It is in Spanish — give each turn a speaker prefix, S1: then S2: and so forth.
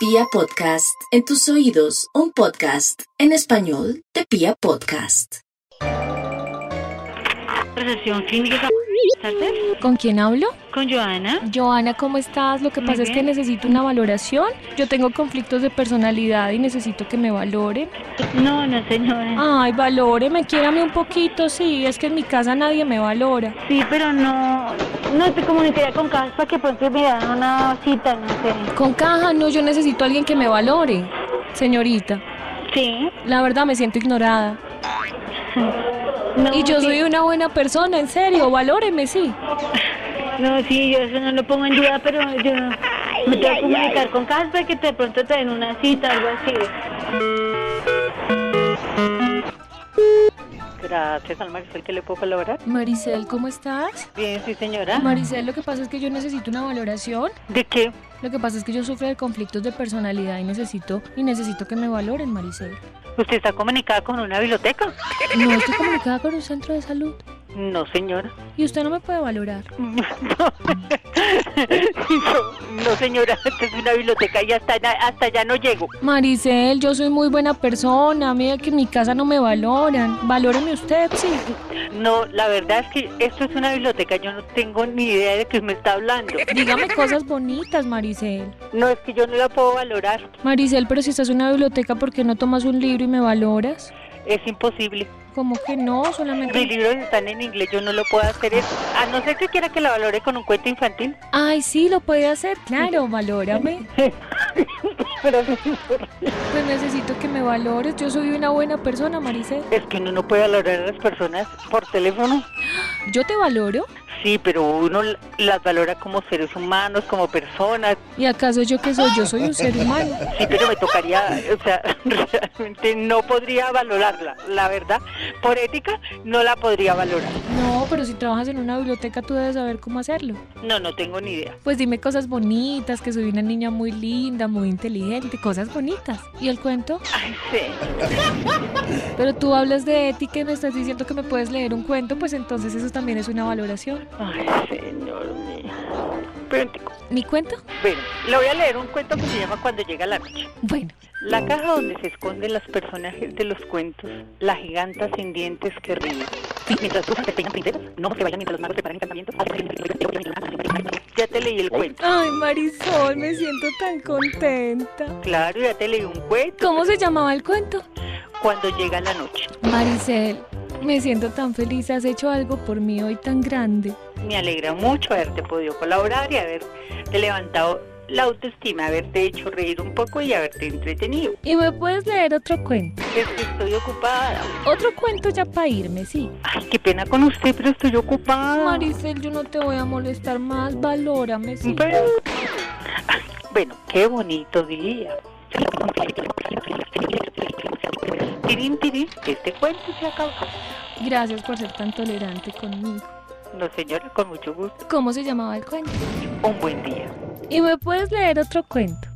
S1: Pia Podcast, en tus oídos, un podcast en español de Pia Podcast.
S2: Recepción clínica. Buenas tardes.
S3: ¿Con quién hablo?
S2: Con Joana.
S3: Joana, ¿cómo estás? Lo que
S2: Muy
S3: pasa es que
S2: bien.
S3: necesito una valoración. Yo tengo conflictos de personalidad y necesito que me valoren.
S2: No, no, señora.
S3: Ay, valóreme, quiérame un poquito, sí. Es que en mi casa nadie me valora.
S2: Sí, pero no. No te comunicaría con Cajas para que pronto me dan una cita, no sé.
S3: Con caja, no, yo necesito a alguien que me valore. Señorita,
S2: Sí.
S3: la verdad me siento ignorada.
S2: No,
S3: Y yo
S2: sí.
S3: soy una buena persona, en serio, valóreme, sí.
S2: No, sí, yo eso no lo pongo en duda, pero yo me tengo que comunicar con Cajas para que de pronto te den una cita, algo así.
S4: Gracias, Alma, soy que le puedo colaborar.
S3: Maricel, ¿cómo estás?
S4: Bien, sí, señora.
S3: Maricel, lo que pasa es que yo necesito una valoración.
S4: ¿De qué?
S3: Lo que pasa es que yo sufro de conflictos de personalidad y necesito y necesito que me valoren, Maricel.
S4: ¿Usted está comunicada con una biblioteca?
S3: No estoy comunicada con un centro de salud
S4: No, señora.
S3: y usted no me puede valorar.
S4: No, no, señora, esta es una biblioteca y hasta, na- hasta allá no llego.
S3: Maricel, yo soy muy buena persona, mira que en mi casa no me valoran. Valóreme usted, sí.
S4: No, la verdad es que esto es una biblioteca, yo no tengo ni idea de qué me está hablando.
S3: Dígame cosas bonitas, Maricel.
S4: No, es que yo no la puedo valorar,
S3: Maricel, pero si estás en una biblioteca, ¿por qué no tomas un libro y me valoras?
S4: es imposible.
S3: ¿Cómo que no?
S4: Mis
S3: Solamente...
S4: libros están en inglés, yo no lo puedo hacer eso. A no ser que quiera que la valore con un cuento infantil.
S3: Ay, sí, lo puede hacer, claro, valórame.
S4: Pero
S3: Pues necesito que me valores, yo soy una buena persona, Maricel.
S4: Es que uno no puede valorar a las personas por teléfono.
S3: Yo te valoro
S4: Sí, pero uno l- las valora como seres humanos, como personas.
S3: y acaso yo qué soy, yo soy un ser humano.
S4: Sí, pero me tocaría, o sea, realmente no podría valorarla, la verdad. Por ética, no la podría valorar.
S3: No, pero si trabajas en una biblioteca tú debes saber cómo hacerlo.
S4: No, no tengo ni idea.
S3: Pues dime cosas bonitas, que soy una niña muy linda, muy inteligente, cosas bonitas. ¿Y el cuento?
S4: Ay, sí.
S3: Pero tú hablas de ética y me estás diciendo que me puedes leer un cuento, pues entonces eso también es una valoración.
S4: Ay, señor mío. Pero,
S3: ¿Mi cuento?
S4: bueno, le voy a leer un cuento que se llama Cuando llega la noche.
S3: Bueno,
S4: La caja donde se esconden los personajes de los cuentos, la giganta sin dientes que ríe. mientras brujas despeinan princesas, no se vayan mientras los magos preparan encantamientos. Ya te leí el cuento.
S3: ay Marisol, me siento tan contenta.
S4: Claro, ya te leí un cuento.
S3: ¿Cómo se llamaba el cuento?
S4: Cuando llega la noche.
S3: Maricel, me siento tan feliz, has hecho algo por mí hoy tan grande.
S4: Me alegra mucho haberte podido colaborar y haberte levantado la autoestima, haberte hecho reír un poco y haberte entretenido.
S3: ¿Y me puedes leer otro cuento?
S4: Es que estoy ocupada.
S3: Otro cuento ya para irme, sí.
S4: Ay, qué pena con usted, pero estoy ocupada.
S3: Maricel, yo no te voy a molestar más, valórame, sí.
S4: Pero- Ay, Bueno, qué bonito día. Tirín, tirín, este cuento se acabó.
S3: Gracias por ser tan tolerante conmigo.
S4: No, señora, con mucho gusto.
S3: ¿Cómo se llamaba el cuento?
S4: Un buen día.
S3: ¿Y me puedes leer otro cuento?